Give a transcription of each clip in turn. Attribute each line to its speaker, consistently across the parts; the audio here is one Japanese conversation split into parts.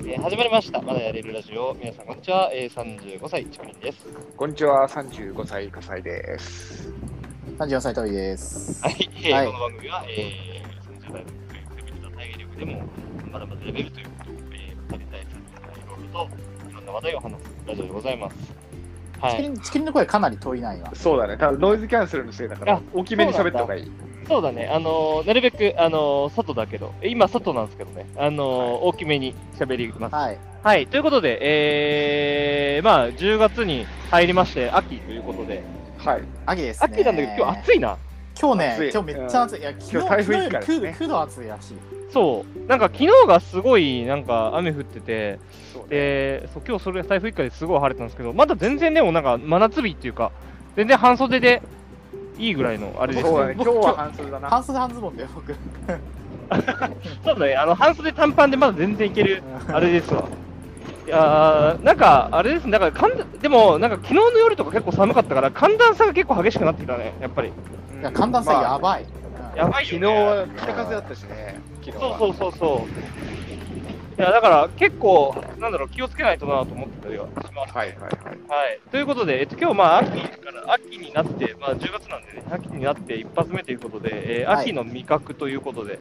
Speaker 1: えー始まりました。まだやれるラジオ。皆さん、こんにちは。えー、35歳、チコリンです。
Speaker 2: こんにちは、35歳、笠井です。
Speaker 3: 34歳、トビです。
Speaker 1: はい。えー
Speaker 3: はい
Speaker 1: この番組は、えー、30代の学生た体力でも、まだまだレベルということを、えー、語りたい、さりたい、いろいろと、いろんな話題を話すラジオでございます。は
Speaker 3: チキ
Speaker 1: い。
Speaker 3: リンチキリンの声かなり遠いな、今。
Speaker 2: そうだね、ただノイズキャンセルのせいだから
Speaker 1: あ、
Speaker 2: 大きめに喋った方がいい。
Speaker 1: そうだね。あのーなるべく、あのー外だけど、え今、外なんですけどね。あのー大きめに喋ります。
Speaker 3: はい。
Speaker 1: はい、ということで、えー、まあ、10月に入りまして、秋ということで、
Speaker 2: はい。
Speaker 3: 秋ですね。
Speaker 1: 秋なんだけど、今日暑いな。
Speaker 3: 今日ね
Speaker 2: 暑い、
Speaker 3: 今日めっちゃ暑い。いや、昨日、
Speaker 2: 今日台
Speaker 3: 昨日
Speaker 2: 風
Speaker 3: よ
Speaker 2: 一
Speaker 3: り
Speaker 2: 過ですね
Speaker 3: 9, 9度暑いらしい。
Speaker 1: そう、なんか昨日がすごい、なんか雨降ってて、
Speaker 2: そうね
Speaker 1: で、そう今日それ、台風一過ですごい晴れてたんですけど、まだ全然でもなんか真夏日っていうか、全然半袖でいいぐらいのあれですね。
Speaker 2: そうだね、今
Speaker 3: 僕
Speaker 2: 日は半袖だな。
Speaker 3: 半袖半ズボンだよ、僕。
Speaker 1: そうだね、あの半袖短パンでまだ全然いける、あれですわ。いやーなんか、あれですね、だから寒暖、でも、なんか昨日の夜とか結構寒かったから、寒暖差が結構激しくなってきたね、やっぱり。
Speaker 2: うん
Speaker 3: いや、寒暖差
Speaker 2: まあ
Speaker 3: やばい。うん
Speaker 1: やばい
Speaker 2: 昨
Speaker 1: よ、
Speaker 2: 日
Speaker 1: ね、
Speaker 2: は北風だったしね、昨日
Speaker 1: そう
Speaker 2: は。
Speaker 1: そうそうそう。いや、だから結構、なんだろう、気をつけないとなと思ってたりはします。
Speaker 2: はいはいはい。
Speaker 1: はい。ということで、えっと、今日、まあ、秋から、秋になって、まあ、10月なんでね、秋になって一発目ということで、えー
Speaker 3: はい
Speaker 1: 秋の味覚ということで、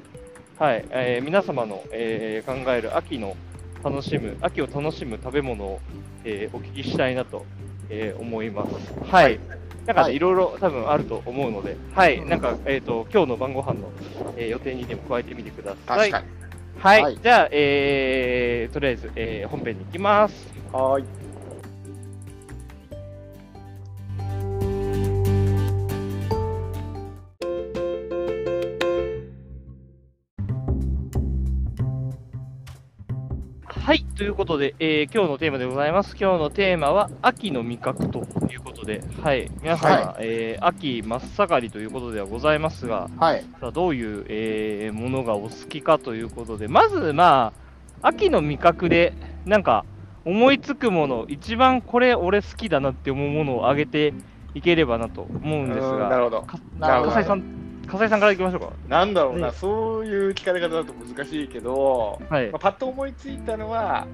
Speaker 1: はい、えー皆様の、えー考える秋の楽しむ、秋を楽しむ食べ物を、えーお聞きしたいなと、えー思います。はい。なんかね、、
Speaker 3: はいい
Speaker 1: ろいろ多分あると思うので、はい、
Speaker 3: うん
Speaker 1: なんか、えっ、と、今日の晩ご飯の、えー予定にでも加えてみてください。
Speaker 2: 確かに。
Speaker 1: はい、
Speaker 3: はい
Speaker 1: じゃあ、えー、とりあえず、えー本編に行きます。
Speaker 2: はーい。
Speaker 1: はい、ということで、えー今日のテーマでございます。今日のテーマは、秋の味覚ということで、はい、皆様、
Speaker 3: は
Speaker 1: えー秋真っ盛りということではございますが、
Speaker 3: はい。
Speaker 1: さあどういう、えーものがお好きかということで、まず、まあ、秋の味覚で、なんか、思いつくもの、一番これ、俺好きだなって思うものを挙げていければなと思う
Speaker 2: うん
Speaker 1: です
Speaker 2: んな
Speaker 1: が、
Speaker 2: るほど。
Speaker 3: なる
Speaker 2: ほど
Speaker 1: 笠
Speaker 3: ほ
Speaker 1: 井さん、笠井さんからいきましょうか。
Speaker 2: なんだろうな、
Speaker 1: ね
Speaker 2: そういう聞かれ方だと難しいけど、
Speaker 1: はい
Speaker 2: まあ、。パッと思いついたのは、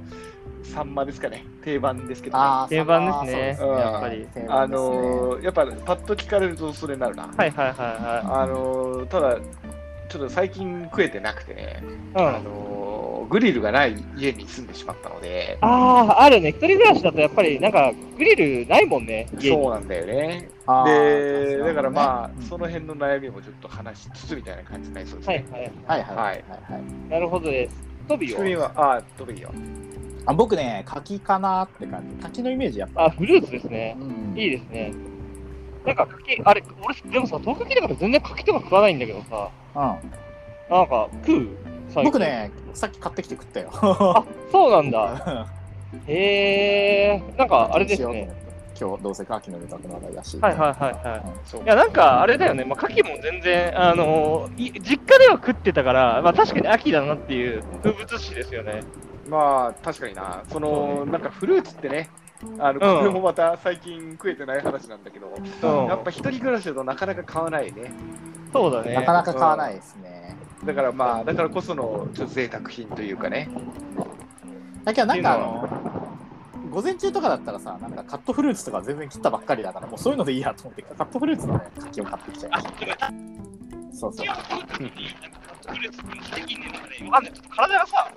Speaker 2: サンマですかね、定番ですけ
Speaker 3: ど。
Speaker 2: どね、
Speaker 3: あー
Speaker 1: 定番ですね
Speaker 3: そう
Speaker 2: やっぱ
Speaker 1: り
Speaker 3: 定
Speaker 2: あ
Speaker 3: 番ですね
Speaker 2: のーやっぱパッと聞かれるとそれになるな。
Speaker 1: はいはいは
Speaker 2: あのーただ、ちょっと最近食えてなくてね、
Speaker 1: いはい。う
Speaker 2: あ
Speaker 1: ん。
Speaker 2: のーグリルがない家に住んでしまったので、
Speaker 1: ああ、あるね。一人暮らしだとやっぱりなんかグリルないもんね。家
Speaker 2: そう
Speaker 1: に。
Speaker 2: なんだよね。
Speaker 3: あー
Speaker 2: で、
Speaker 3: 確に
Speaker 2: だからまあ、
Speaker 3: うん
Speaker 2: その辺の悩みもちょっと話しつつみたいな感じになりそうです
Speaker 1: はい
Speaker 2: ね。
Speaker 1: はい。
Speaker 3: はいはいはいはいはい。
Speaker 1: なるほどです。トビ
Speaker 2: 仕
Speaker 1: よ。
Speaker 2: 組みは、ああ、特によ。
Speaker 3: あ僕ね、柿かなって感じ。柿のイメージやっぱ。
Speaker 1: あ、フルーツですね。
Speaker 3: うん
Speaker 1: いいですね。なんか柿、あれ、俺、でもさ、東京来てから全然柿とか食わないんだけどさ、
Speaker 3: うん
Speaker 1: なんか食う最近
Speaker 3: 僕。ね、さっき買ってきて食ったよ。
Speaker 1: あ、そうなんだ。へえ。なんかあれです
Speaker 3: どうしよう
Speaker 1: ね。
Speaker 3: と思って今日どうせか秋の味覚の話題だし。
Speaker 1: はいはいはいはい。
Speaker 2: そう
Speaker 1: いや、なんかあれだよね、まあ、牡蠣も全然、あのい実家では食ってたから、まあ、確かに秋だなっていう風物詩ですよね。
Speaker 2: まあ、確かにな、その、なんかフルーツってね、あの
Speaker 1: うん
Speaker 2: これもまた最近食えてない話なんだけど、
Speaker 1: うん
Speaker 2: やっぱ一人暮らしだとなかなか買わないね。
Speaker 1: そうだね。
Speaker 3: なかなか買わないですね。
Speaker 2: だからまあ、だからこそのちょっと贅沢品というかね。
Speaker 3: だけどなんかあの、午前中とかだったらさ、なんかカットフルーツとか全然切ったばっかりだから、もうそういうのでいいやと思って、カットフルーツのね、柿を買ってきちゃいました。そうそう。
Speaker 1: フルーツって最近ね、なんかね、わかんない、ちょっと体がさ、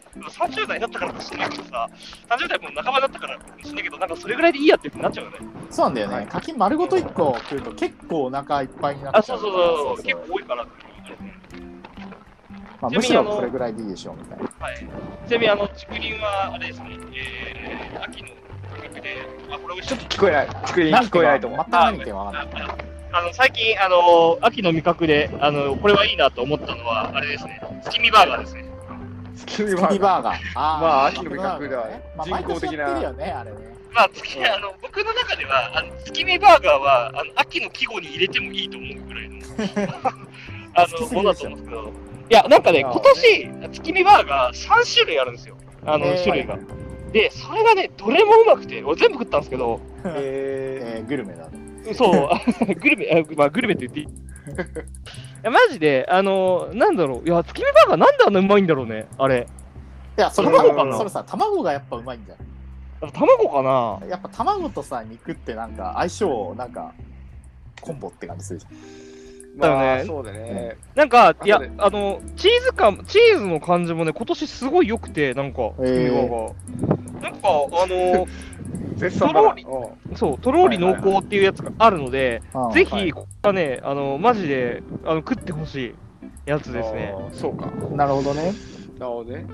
Speaker 1: 30代だったからかもしれないけどさ、30代も半ばだったからかもしれないけど、なんかそれぐらいでいいやってなっちゃうよね。
Speaker 3: そうなんだよ
Speaker 2: は
Speaker 3: ね
Speaker 2: い。
Speaker 3: 柿丸ごと1個食うと結構お腹いっぱいにな
Speaker 1: あ、
Speaker 3: っち
Speaker 1: そ
Speaker 3: ゃ
Speaker 1: う
Speaker 3: う
Speaker 1: そ
Speaker 3: か
Speaker 1: う
Speaker 3: ら。
Speaker 1: そう、
Speaker 3: そう
Speaker 1: 結
Speaker 3: そう
Speaker 1: 構多いからってことですね。
Speaker 3: まあむしろこれぐらいでいいでしょうみたいな。
Speaker 1: はい。ちなみに、あの、竹林は、あれですね、えー、秋の価格で、あ、これ美味しい
Speaker 2: ちょっと聞こえない。聞こえ聞こえないと思う
Speaker 3: 全。く何言ってわかんない。
Speaker 1: ああの最近あの秋の味覚であのこれはいいなと思ったのはあれですね月見バーガーですね
Speaker 2: 月見
Speaker 3: 月
Speaker 2: バ
Speaker 3: 見
Speaker 2: ーガー
Speaker 3: バーガー。あー
Speaker 2: まあ秋の味覚だ
Speaker 3: まあ毎年やってるよね、あれね。
Speaker 1: まあ月あの僕の中ではあの月見バーガーはあの秋の季語に入れてもいいと思うぐらいのあのものだと思うんですけどいやなんかね
Speaker 2: あー
Speaker 1: 今年月見バーガー3種類あるんですよあの
Speaker 3: えー
Speaker 1: 種類がでそれがねどれもうまくて俺全部食ったんですけど
Speaker 2: え
Speaker 3: えーグルメだね。
Speaker 1: そう グルメあまあグルメって言っていいいやマジであのなんだろういや月見バーガーなんであんなうまいんだろうねあれ
Speaker 3: いや、それは
Speaker 1: 卵かな
Speaker 3: それさ、卵がやっぱうまいんじゃ
Speaker 1: あ卵かな
Speaker 3: ないやっぱ卵とさ、肉ってなんか相性、なんか、コンボって感じするじゃん。
Speaker 1: だよね
Speaker 2: まあ、そうだね。
Speaker 1: なんか、いや
Speaker 2: 後で、
Speaker 1: あの、チーズ感、チーズの感じもね、今年すごい良くて、なんか、
Speaker 3: へー
Speaker 1: 海側が。なんか、あの、
Speaker 2: 絶賛だ
Speaker 1: と
Speaker 2: な
Speaker 1: ろり
Speaker 2: う ん
Speaker 1: そう、とろり濃厚っていうやつがあるので、
Speaker 3: うん
Speaker 1: ぜ
Speaker 2: は
Speaker 1: ひ、
Speaker 2: い
Speaker 1: ここはね、あの、マジで、あの、食ってほしいやつですね。
Speaker 2: あーそうか。なる
Speaker 3: なるほどね。
Speaker 2: ほどね。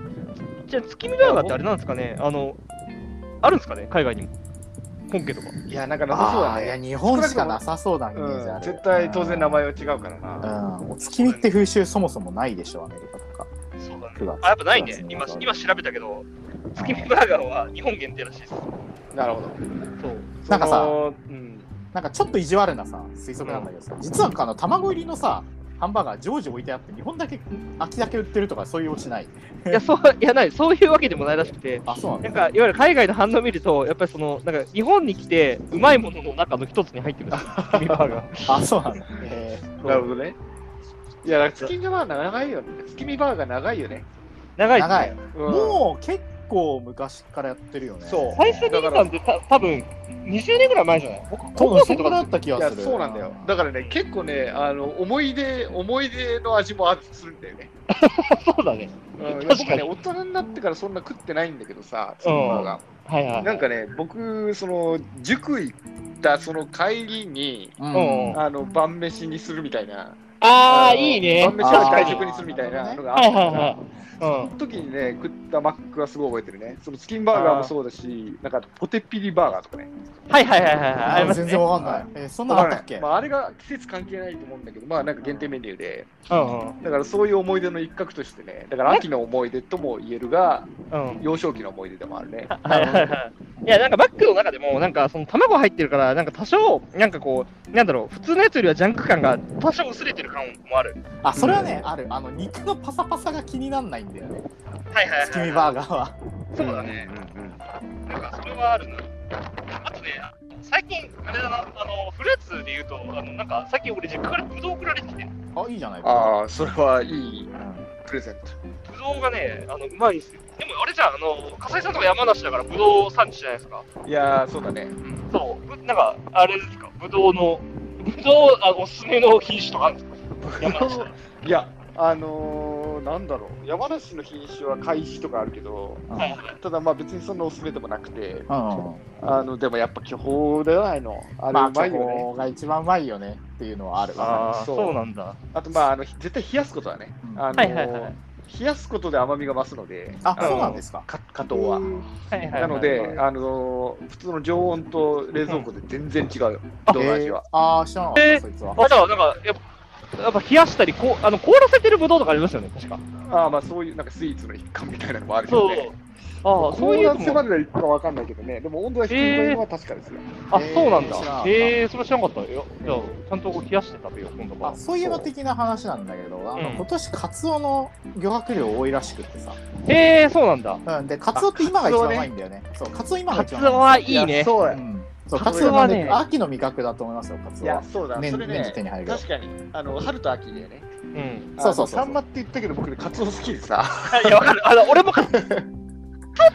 Speaker 1: じゃあ、月見バーガーってあれなんですかねあの、あるんですかね海外にも。本家とか。
Speaker 2: いや、なんかなさそう
Speaker 3: あ
Speaker 2: だ
Speaker 3: あ、いや、
Speaker 2: ね。
Speaker 3: 日本しかなさそうなイメージあ
Speaker 2: うん、
Speaker 3: る。
Speaker 2: 絶対当然名前
Speaker 3: は。
Speaker 2: は違うから
Speaker 3: う
Speaker 2: な。
Speaker 3: ん、お月見って風習そもそもないでしょ、アメリカとか。
Speaker 1: そうだ
Speaker 3: 九月
Speaker 1: あ、やっぱない
Speaker 3: 九
Speaker 1: ね
Speaker 3: 月。に
Speaker 1: 今、今調べたけど、月見バーガーは日本限定らしいです。
Speaker 2: なるほど。
Speaker 1: そう。
Speaker 3: なんか
Speaker 2: そ
Speaker 3: さ
Speaker 2: の、うん、
Speaker 3: なんかちょっと意地悪なさ、推測なんだけどさ、実はあの卵入りのさ、ハンバーガー常時置いてあって、日本だけ、秋だけ売ってるとか、そういうオチない。
Speaker 1: いや、そう、いや、ない、そういうわけでもないらしくて、
Speaker 3: あ、そうなんだ。
Speaker 1: なんか、いわゆる海外の反応を見ると、やっぱりその、なんか、日本に来て、うまいものの中の一つに入ってくるん ですよ、月見バーガー。
Speaker 3: あ、そうなんだ。えー
Speaker 2: なるほどね。いや、月見バーガー長いよね。月見バーガー長いよね。
Speaker 1: 長いです
Speaker 3: 長
Speaker 1: ね。
Speaker 3: い。
Speaker 2: うん
Speaker 3: もう結構昔からやってるよね。
Speaker 2: そう
Speaker 1: 最初に見たんって、た多分20年ぐらい前じゃない僕、高校
Speaker 3: そ
Speaker 1: 生
Speaker 3: ん
Speaker 1: と
Speaker 3: ぐらい
Speaker 1: か
Speaker 3: だった気
Speaker 2: い
Speaker 3: が
Speaker 2: や
Speaker 3: する。
Speaker 2: そうなんだよだからね結構ねあの思い出思い出の味もあするんだよね、
Speaker 1: だそうだね。
Speaker 2: うん、
Speaker 1: 確かに
Speaker 2: 僕ね大人になってからそんな食ってないんだけどさそのが、
Speaker 1: はいはい。
Speaker 2: なんかね僕その塾行ったその帰りに
Speaker 3: う
Speaker 1: うん
Speaker 3: ん。
Speaker 2: あの晩飯にするみたいな
Speaker 1: あ
Speaker 2: あ
Speaker 1: ー、
Speaker 2: の
Speaker 1: いいね。
Speaker 2: 晩飯
Speaker 3: は
Speaker 2: は
Speaker 1: 確
Speaker 2: 外
Speaker 1: かに
Speaker 2: 食にするみたいなのがあ
Speaker 1: は
Speaker 2: っ
Speaker 1: い
Speaker 2: た
Speaker 1: はい
Speaker 2: か
Speaker 1: は
Speaker 2: ら
Speaker 1: い。
Speaker 2: その時にね食ったマックはすごい覚えてるねそのスキンバーガーもそうだしなんかポテピリバーガーとかね
Speaker 1: うん。はいはいはいはいはい。あり
Speaker 3: あ
Speaker 1: ます
Speaker 3: 全
Speaker 1: ね。
Speaker 3: 然わかんない。えー、そんな
Speaker 2: わ
Speaker 3: の
Speaker 2: か
Speaker 3: あ
Speaker 2: ん
Speaker 3: った
Speaker 2: ない
Speaker 3: っけ
Speaker 2: まあ、あれが季節関係ないと思うんだけどまあなんか限定メニューで、
Speaker 1: うんうん。
Speaker 2: だからそういう思い出の一角としてね、だから秋の思い出とも言えるが、
Speaker 1: うん。
Speaker 2: 幼少期の思い出でもあるね。
Speaker 1: はいはいはい。いや、なんかバッグの中でも、なんかその卵入ってるから、なんか多少、なんかこう、なんだろう、普通のやつよりはジャンク感が多少薄れてる感もある。
Speaker 3: あ、それはね、ある。あの、肉のパサパサが気にならないんだよね。
Speaker 1: はいはいはい。
Speaker 3: 月見バーガーは。
Speaker 1: そうだね。なんかそれはあるな。あとね、最近、あれだな、あのフルーツで言うと、あのなんか最近俺、実家からブドウ送られてきて、
Speaker 3: あ、いいじゃない
Speaker 2: ああ、それはいい
Speaker 3: うん
Speaker 2: プレゼン
Speaker 1: ブドウがね、あのうまいんですよ。でもあれじゃん、あの笠井さんとか山梨だから、ブドウ産地じゃないですか。
Speaker 2: ト。いやー、そうだね。
Speaker 1: そう、ぶなんか、あれですか、ブドウの、ブドウあおすすめの品種とかあるんですか、山梨だったら
Speaker 2: いや、あのー、なんだろう、山梨の品種は開始とかあるけど、
Speaker 1: はいはい
Speaker 2: ただまあ別にそんなおすすめでもなくて、
Speaker 3: うん。
Speaker 2: あのでもやっぱ巨峰ではないの。あれ
Speaker 3: まあ、
Speaker 2: うま
Speaker 3: チ
Speaker 2: いよね。
Speaker 3: ョコが一番うまいよねっていうのはある。
Speaker 2: あーそう
Speaker 1: なんだ。
Speaker 2: あとまああの、絶対冷やすことだね。あのー
Speaker 1: はいはいはい
Speaker 2: 冷やすことで甘みが増すので、
Speaker 3: あ、
Speaker 2: の
Speaker 3: そうなんですか。
Speaker 2: か加藤は。
Speaker 1: はいはいはい
Speaker 2: なので、あのー普通の常温と冷蔵庫で全然違うよ、
Speaker 1: あ
Speaker 2: どの味は。
Speaker 3: えーあー、知らなかった、
Speaker 1: えー
Speaker 3: そいつは。
Speaker 1: あ、だからなんか、やっぱ、やっぱ冷やしたり、こうあの凍らせてるブドウとかありますよね、確か。
Speaker 2: ああ、まあそういうなんかスイーツの一環みたいなのもあるけど
Speaker 1: そう
Speaker 2: ね。。
Speaker 1: ああ、そういうの
Speaker 2: のま
Speaker 1: も。
Speaker 2: ではいくかわかんないけどね、でも温度が低いのは確かですよ。
Speaker 1: あ、そうなん
Speaker 3: 知らなか
Speaker 1: だ
Speaker 3: っ。た
Speaker 1: へえ、それは知らなかったよ。じゃあ、ちゃんとこう冷やして食べよう、今度
Speaker 3: あ
Speaker 1: は。
Speaker 3: そういうの的な話なんだけど、なんか
Speaker 1: うん
Speaker 3: 今年カツオの漁獲量多いらしくってさ、
Speaker 1: へえ、そうなんだ。
Speaker 3: うん、でカツオって今が一番うまいんだよね。そうカツオ今が
Speaker 1: カ
Speaker 3: 一
Speaker 1: ツ
Speaker 3: 番
Speaker 1: オ
Speaker 3: うま
Speaker 1: はいいね。
Speaker 2: そうや
Speaker 3: い。うんそう
Speaker 2: カ
Speaker 3: カ
Speaker 2: ツ
Speaker 3: ツ
Speaker 2: オ
Speaker 3: オ
Speaker 1: は
Speaker 3: は
Speaker 1: ね
Speaker 3: ね、秋の味覚だと思いますよ、カツ
Speaker 2: い
Speaker 3: オは
Speaker 2: や、。そうだ、
Speaker 3: 年
Speaker 2: それ
Speaker 3: 年中手
Speaker 2: ね、
Speaker 3: に入るよ
Speaker 2: 確かに、あの春と秋でね、
Speaker 1: うん。
Speaker 3: そうそうそうそう
Speaker 2: あのサンマって言ったけど、僕、カツオ好きでさ、
Speaker 1: いや、わかる。あの、俺もカツオ。っ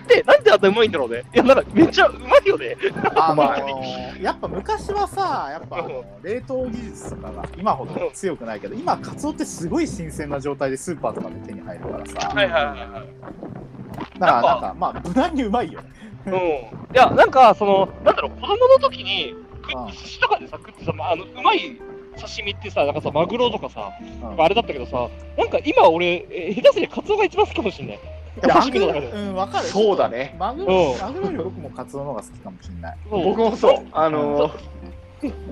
Speaker 1: て、なんであんなうまいんだろうね。いや、なんか、めっちゃうまいよね。
Speaker 3: あの
Speaker 2: ま
Speaker 3: ーやっぱ昔はさ、やっぱあの冷凍技術とかが今ほど強くないけど、今カツオってすごい新鮮な状態でスーパーとかで手に入るからさ、だか
Speaker 1: はいはいはいはい。
Speaker 3: らなんかまあ無難にうまいよね。
Speaker 1: うん。いや、なんか、その、なんだろう、子供の時に、食って寿司とかでさ、食ってさ、まあ、あの、うまい刺身ってさ、なんかさ、マグロとかさ、
Speaker 3: うん
Speaker 1: あれだったけどさ、なんか今俺、え下手すりゃカツオが一番好きかもしんない。
Speaker 3: いや
Speaker 1: 刺身の中で。
Speaker 3: うん、わかる。
Speaker 2: そうだね
Speaker 3: マグ
Speaker 1: う
Speaker 3: ロ
Speaker 1: ん
Speaker 3: マグロより僕もカツオの方が好きかもしれない。
Speaker 1: 僕
Speaker 2: 僕もそう、 あのー、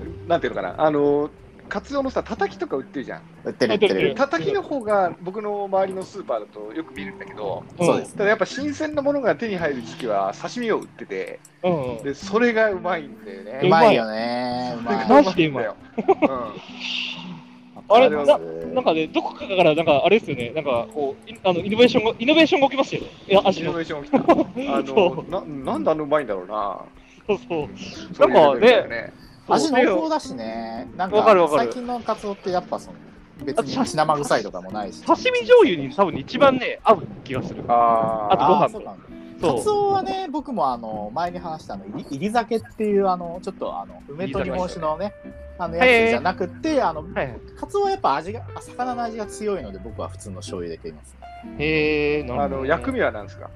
Speaker 2: なんていうのかな、あのー、カツオのさ、たたきとか売ってるじゃん。
Speaker 3: 売ってる
Speaker 1: 売
Speaker 3: 売
Speaker 1: って
Speaker 3: って
Speaker 1: る
Speaker 3: る。
Speaker 2: たたきの方が僕の周りのスーパーだとよく見るんだけど、
Speaker 1: うん
Speaker 3: そうです
Speaker 2: ただやっぱ新鮮なものが手に入る時期は刺身を売ってて
Speaker 1: うんうん
Speaker 2: でそれがうまいんだよね
Speaker 3: うまいよね。う
Speaker 2: それ
Speaker 3: ま
Speaker 2: が
Speaker 3: い。
Speaker 1: マジでうまい
Speaker 2: んだよ、
Speaker 1: あれ
Speaker 2: あります
Speaker 1: ななんかね、どこかから、なんかあれですよね、なんかこう、いあのイノベーションが、イノベーションが起きましたよね。いや、
Speaker 2: うん、
Speaker 1: 味
Speaker 2: イノ
Speaker 1: の。
Speaker 2: ベーション起きたあ
Speaker 1: そ
Speaker 2: のななんであのうまいんだろうな
Speaker 1: そうそう。
Speaker 2: そういうレベルだよね
Speaker 3: 味濃厚だしね。なん
Speaker 1: わかる
Speaker 3: か
Speaker 1: わかる
Speaker 3: 最近のカツオってやっぱその別に血生臭いとかもないし。
Speaker 1: 刺身醤油に多分一番ね、合う気がする。
Speaker 2: あ
Speaker 1: あとご飯
Speaker 3: そうなんだカツ
Speaker 1: そ
Speaker 3: オはね、僕もあの前に話したあのいりいり酒っていうあのちょっとあの梅と日本酒のね、あのやつじゃなくて、あの
Speaker 1: う。はい。
Speaker 3: カツオはやっぱ味があ魚の味が強いので僕は普通の醤油で食います。
Speaker 1: へえ、なるほ
Speaker 2: あ
Speaker 1: ど
Speaker 2: の
Speaker 1: ね
Speaker 2: 薬味は何ですか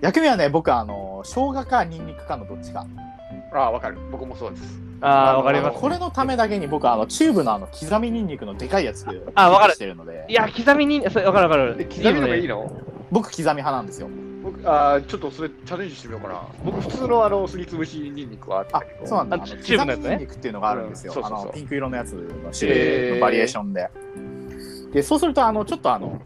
Speaker 3: 薬味はね、僕はあの生姜かニンニクかのどっちか。
Speaker 2: ああ、わかる。僕もそうです。
Speaker 1: ああ、わかり
Speaker 3: あ
Speaker 1: ま
Speaker 3: の
Speaker 1: す。
Speaker 3: これのためだけに僕はあのチューブのあの刻みニンニクのでかいやつ
Speaker 1: あわかる
Speaker 3: してるので
Speaker 1: い、や、刻みに、それわかるわか
Speaker 2: え
Speaker 1: る。
Speaker 2: 刻みのがいい
Speaker 1: の
Speaker 2: の
Speaker 3: 僕刻み派なんですよ。
Speaker 2: 僕あーちょっとそれチャレンジしてみようかな。僕、普通のあのすりつぶしにんにくはあった
Speaker 3: あ
Speaker 2: け、ど。
Speaker 3: そうなんだ。あの
Speaker 1: あチ
Speaker 3: 刻
Speaker 1: ューブの
Speaker 3: み
Speaker 1: やつね
Speaker 3: ニンニクっていうのがあるんですよ。
Speaker 2: うんそうそうそう
Speaker 3: あのピンク色のやつの種類のバリエーションで。で、そうするとあのちょっとあの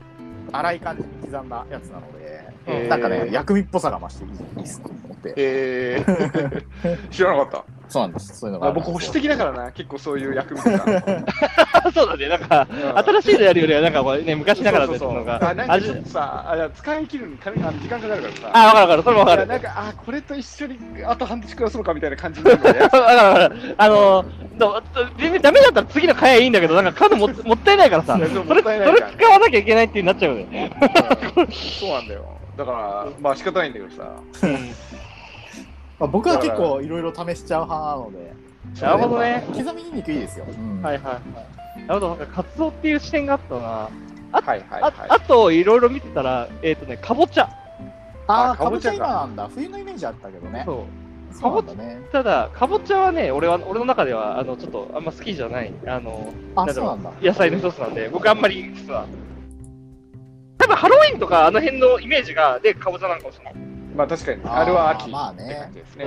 Speaker 3: 粗い感じに刻んだやつなので、
Speaker 2: へー
Speaker 3: なんかね薬味っぽさが増していいいいっすと思って。
Speaker 2: え ー、知らなかっ
Speaker 3: そうなんです。そういうの
Speaker 2: た。
Speaker 3: があ
Speaker 2: あ
Speaker 3: るん
Speaker 2: 僕、
Speaker 3: です
Speaker 2: 保
Speaker 3: よ
Speaker 2: 守的だからな、結構そういう薬味と か。
Speaker 1: そうだね、なんか、
Speaker 2: 新
Speaker 1: 新しいのやるよりは、なんかこうね、昔ながらのやつのが。
Speaker 2: あなんか
Speaker 1: 味
Speaker 2: ちょっとさ、あいや使い切るのに金が時間かかるからさ。
Speaker 1: あ、わかるわかる、それもわか
Speaker 2: いや
Speaker 1: る。。
Speaker 2: なんか、あ、これと一緒に、あと半年暮らそうかみたいな感じになるのね
Speaker 1: わかるわかる。あのー、ど全然ダメだったら次の買えばいいんだけど、なんか買うのももったいないからさ、
Speaker 2: いやでも
Speaker 1: そ
Speaker 2: も
Speaker 1: れ
Speaker 2: ったいない
Speaker 1: そ
Speaker 2: から
Speaker 1: れ使わなきゃいけないっていうになっちゃうよね。
Speaker 2: うんそうなんだよ。だから、まあ仕方ないんだけどさ。
Speaker 3: まあ僕は結構いろいろ試しちゃう派なので。
Speaker 1: なるほどね。
Speaker 3: 刻みニンニクいいですよ。うん
Speaker 1: はいはいはい。なるほど、なんかカツオっていう視点があったな。
Speaker 2: はいはい
Speaker 1: あ
Speaker 2: は
Speaker 1: あと、いろいろ見てたら、えっ、とね、かぼちゃ。
Speaker 3: あ
Speaker 2: あ
Speaker 3: あ、
Speaker 2: か
Speaker 3: か
Speaker 2: ぼ
Speaker 3: ぼ
Speaker 2: ちゃ
Speaker 3: ちゃ
Speaker 2: か
Speaker 3: 今なんだ。冬のイメージあったけどね。
Speaker 1: そう。
Speaker 3: そうなんだね。
Speaker 1: ただ、かぼちゃはね、俺は、俺の中では、あの、ちょっと、あんま好きじゃない、あの、
Speaker 3: あ、
Speaker 1: なんだ
Speaker 3: そう
Speaker 1: ろ
Speaker 3: なんだ。
Speaker 1: 野菜の一つなんで、僕あんまり実は。多分、ハロウィンとか、あの辺のイメージが、で、かぼちゃなんかもしれない。
Speaker 2: い。まあ確かに、
Speaker 3: あー
Speaker 2: あれは秋
Speaker 3: まあ
Speaker 2: って
Speaker 3: ね
Speaker 2: 感じですね。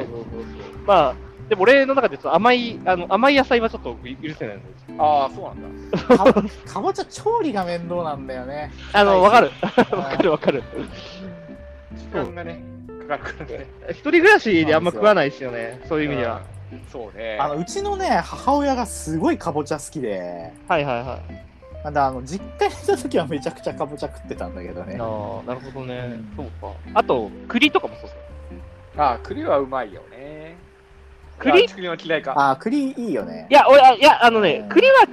Speaker 1: まあ、でも俺の中でちょっと甘い、あの、甘い野菜はちょっと僕許せないので。
Speaker 2: ああ、そうなんだ。
Speaker 3: かかぼちゃ調理が面倒なんだよね。
Speaker 1: あの、わかる。
Speaker 3: うん
Speaker 1: わかるわかる。
Speaker 2: 時間がね、かかるからね。
Speaker 1: 一人暮らしであんま食わないですよね、そういう意味では。
Speaker 2: うん。そうね。
Speaker 3: あのうちのね母親がすごいかぼちゃ好きで
Speaker 1: はいはいはい。
Speaker 3: なんであの実家にいた時はめちゃくちゃかぼちゃ食ってたんだけどね
Speaker 1: あーなるほどね
Speaker 3: うん。
Speaker 1: そうか。あと、栗とかもそうっすね。
Speaker 2: あー、栗はうまいよね。
Speaker 1: 栗
Speaker 2: あ栗は嫌いか。
Speaker 3: あー栗いいよね
Speaker 1: いや、俺、あいや、あのね
Speaker 3: うん、
Speaker 1: 栗は嫌い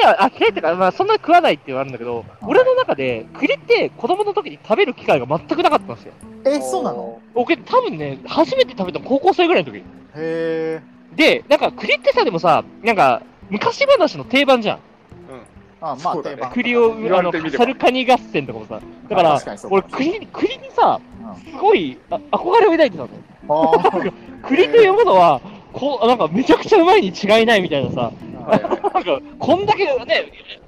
Speaker 1: では、あ、嫌いってか、まあ、そんな食わないっていうのはあるんだけど、俺の中で、栗って子供の時に食べる機会が全くなかったんですよ。
Speaker 3: えそうなの
Speaker 1: 僕、多分ね、初めて食べたの高校生ぐらいの時。
Speaker 3: へえ
Speaker 1: で、なんか栗ってさ、でもさ、なんか、昔話の定番じゃん。
Speaker 3: あまあ
Speaker 2: そうだね
Speaker 3: 定番
Speaker 1: 栗を、
Speaker 2: 言
Speaker 1: あ
Speaker 2: われ
Speaker 1: の
Speaker 2: てみれ、ば
Speaker 1: サルカニ合戦とかもさ。だから、
Speaker 3: あ確かにそうか
Speaker 1: 俺、栗に、栗にさ、
Speaker 3: うん
Speaker 1: すごい、あ憧れを抱いてたの。
Speaker 3: あー
Speaker 1: 栗というものは、こう、なんかめちゃくちゃうまいに違いないみたいなさ、
Speaker 2: はいはい
Speaker 1: なんか、こんだけね、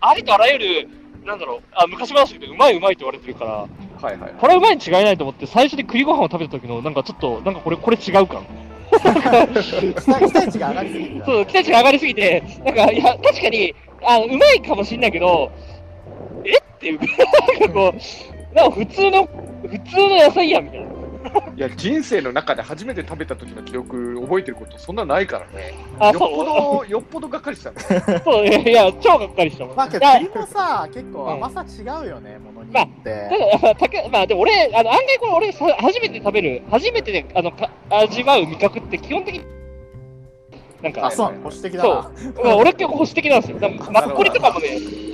Speaker 1: ありとあらゆる、なんだろう、あ昔話でうまいうまいって言われてるから、
Speaker 2: はいはいはい。
Speaker 1: こ れはうまいに違いないと思って、最初に栗ご飯を食べた時の、なんかちょっと、なんかこれ、これ違う感。
Speaker 3: 期待期待値が上がりすぎてた
Speaker 1: そう、期待値が上がりすぎて、なんか、いや、確かに、あうまいかもしんないけど、えっていう、なんかこう、なんか普通の、普通の野菜やんみたいな。
Speaker 2: いや、人生の中で初めて食べた時の記録、覚えてること、そんなないからね。
Speaker 1: あ、
Speaker 2: よっぽ
Speaker 1: そ
Speaker 2: ど、よっぽどがっかりしたんだよ。
Speaker 1: う、そう、いやいや、超がっかりしたもん。
Speaker 3: まあけ
Speaker 1: い
Speaker 3: ど
Speaker 1: や
Speaker 3: 栗もさ結構甘さ違うよねものによって
Speaker 1: ただ、たけまあ、でも俺、あの案外これ俺さ、初めて食べる、初めてであのか味わう味覚って基本的に、なんか、
Speaker 3: あそうなの保守的だ
Speaker 1: そ
Speaker 3: な
Speaker 1: う、俺結構保守的なんですよ。だからマッコリとかもね、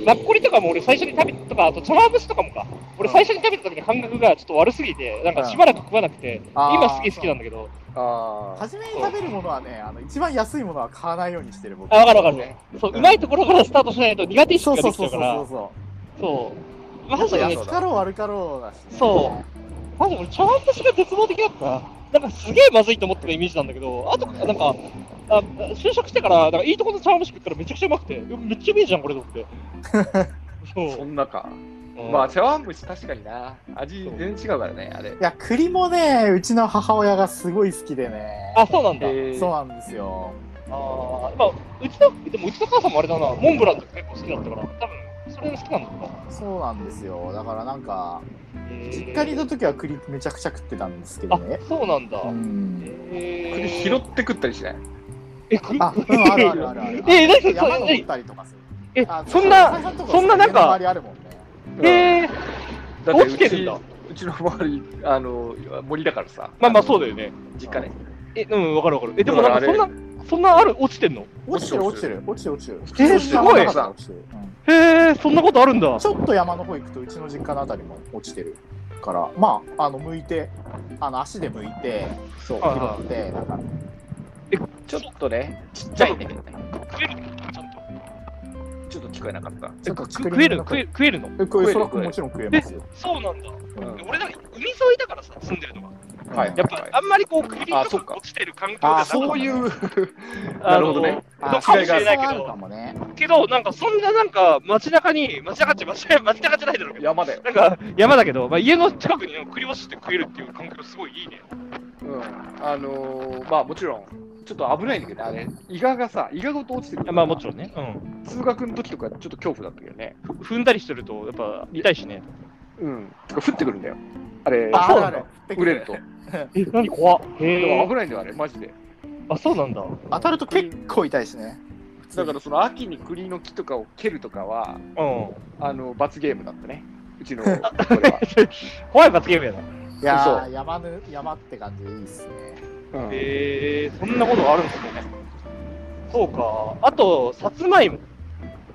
Speaker 1: マッコリとかも俺最初に食べとか、あと茶碗蒸しとかもか、俺最初に食べた時に感覚がちょっと悪すぎて、なんかしばらく食わなくて、
Speaker 3: あー
Speaker 1: 今すげえ好きなんだけど、
Speaker 2: ああ。
Speaker 3: 初めに食べるものはねあの一番安いものは買わないようにしてる僕
Speaker 1: あ、わかるわかる。そう、うまいところからスタートしないと苦手意
Speaker 3: そ
Speaker 1: 識
Speaker 3: う
Speaker 1: がで
Speaker 3: そ
Speaker 1: きち
Speaker 3: うそ
Speaker 1: ゃうから
Speaker 3: うそう、そ
Speaker 1: そう。ま
Speaker 3: う
Speaker 1: ず
Speaker 3: そう
Speaker 1: ね
Speaker 3: 安、かろう悪かろうだしね
Speaker 1: そうまず俺、茶碗蒸しが絶望的だった。なんかすげえまずいと思ってたイメージなんだけど、あと、なんか、あ就職してから、なんかいいとこの茶碗蒸し食ったらめちゃくちゃうまくて、めっちゃうめえじゃん、これと思 って。そ
Speaker 2: そ
Speaker 1: うん
Speaker 2: なか。。
Speaker 1: うん
Speaker 2: まあ、茶碗蒸し確かにな。味全然違うからね、あれ。
Speaker 3: いや、栗もね、うちの母親がすごい好きでね。
Speaker 1: あ、そうなんだ。
Speaker 2: えー
Speaker 3: そうなんですよ。
Speaker 1: あーまあ、うちの、でもうちの母さんもあれだな、モンブランとか結構好きだったから、多分それが好きなんだろうな。
Speaker 3: そうなんですよ。だからなんか、
Speaker 1: え
Speaker 3: 実家にいた時は栗めちゃくちゃ食ってたんですけど
Speaker 1: あ
Speaker 3: ね。、
Speaker 1: そうなんだ。
Speaker 3: うん。
Speaker 2: 栗
Speaker 1: え
Speaker 2: 拾って食ったりしない
Speaker 1: え、栗
Speaker 3: あ、うん、あるあるあるある。
Speaker 1: え何それ
Speaker 3: 山登ったりとかする。
Speaker 1: え
Speaker 3: あ、
Speaker 1: そんな、
Speaker 3: 佐々木さとか
Speaker 1: そんななんか
Speaker 3: 家の周りあるもんね。
Speaker 1: えー、
Speaker 2: だ
Speaker 1: 落ちてるんだ
Speaker 2: うちうちの周り、あの、森だからさ。
Speaker 1: まあまあそうだよね。
Speaker 2: 実家ね。
Speaker 1: え、うん、わかるわかる。え、でもなんか
Speaker 2: だ
Speaker 1: そ
Speaker 2: か
Speaker 1: ん
Speaker 2: らあ
Speaker 1: な、そんなある、落ちてんの
Speaker 3: 落ちてる落
Speaker 2: 落
Speaker 3: ち
Speaker 2: ち
Speaker 3: て
Speaker 2: て
Speaker 3: る。落ちてる落ちてる。
Speaker 1: えーすごい
Speaker 3: 落ちてるうん
Speaker 1: へえ、そんなことあるんだ。
Speaker 3: ちょっと山の方行くとうちの実家のあたりも落ちてるからまああの向いてあの足で向いてそう
Speaker 1: はいはい
Speaker 3: 拾ってなんか
Speaker 4: ちょっとね、ちっちゃいね。
Speaker 1: ちゃんと
Speaker 4: ちょっと聞こえなかった。
Speaker 3: ちょっと
Speaker 1: く食える食え
Speaker 3: え
Speaker 1: る食えるの
Speaker 3: 食え
Speaker 4: える
Speaker 3: それはもちろん食えますよ、
Speaker 1: そうなんだ。
Speaker 3: うん
Speaker 1: 俺なんか海沿いだからさ、住んでるのが。
Speaker 4: はい
Speaker 1: やっぱあんまりこう、首
Speaker 4: あ
Speaker 1: と
Speaker 4: そっ
Speaker 1: か
Speaker 4: か
Speaker 1: 落ちてる環境
Speaker 2: あ
Speaker 1: が、
Speaker 2: あ、そういうう。
Speaker 1: あの
Speaker 2: なるほどね。
Speaker 3: あ
Speaker 1: かもしれないけ
Speaker 3: そはある
Speaker 1: ど
Speaker 3: か、もね
Speaker 1: けど、なんかそんななんか街中に、街中って街中街中じゃないだろうけど、
Speaker 2: 山だよ。
Speaker 1: なんか山だけど、まあ、家の近くに栗をして食えるっていう環境すごいいいね。
Speaker 2: うん。あのー、まあもちろん、ちょっと危ないんだけど、あれ、イガがさ、イガごと落ちてくる。
Speaker 1: まあもちろんね。うん。
Speaker 2: 通学の時とかちょっと恐怖だったけどね。
Speaker 1: 踏んだりしてると、やっぱ痛いしね。
Speaker 2: うん。てか降ってくるんだよ。あれ、
Speaker 3: あ
Speaker 1: そう
Speaker 3: あ
Speaker 1: なん
Speaker 3: る
Speaker 1: だ
Speaker 3: ある
Speaker 2: 売れると。
Speaker 1: え、なんか怖っ。
Speaker 2: でも
Speaker 1: へえ。
Speaker 2: 危ないんだよ、あれ、マジで。
Speaker 1: あ、そうなんだ。
Speaker 3: 当たると結構痛いしね
Speaker 2: だからその秋に栗の木とかを蹴るとかは、
Speaker 1: うん。
Speaker 2: あの罰ゲームだったね。うちのこれは。
Speaker 1: 怖い罰ゲームやな。
Speaker 3: いや
Speaker 2: そ
Speaker 3: ー山ぬ山って感じでいいっすね
Speaker 2: うん
Speaker 1: へえ、そんなことあるんですね。そうか。あと、さつまいも。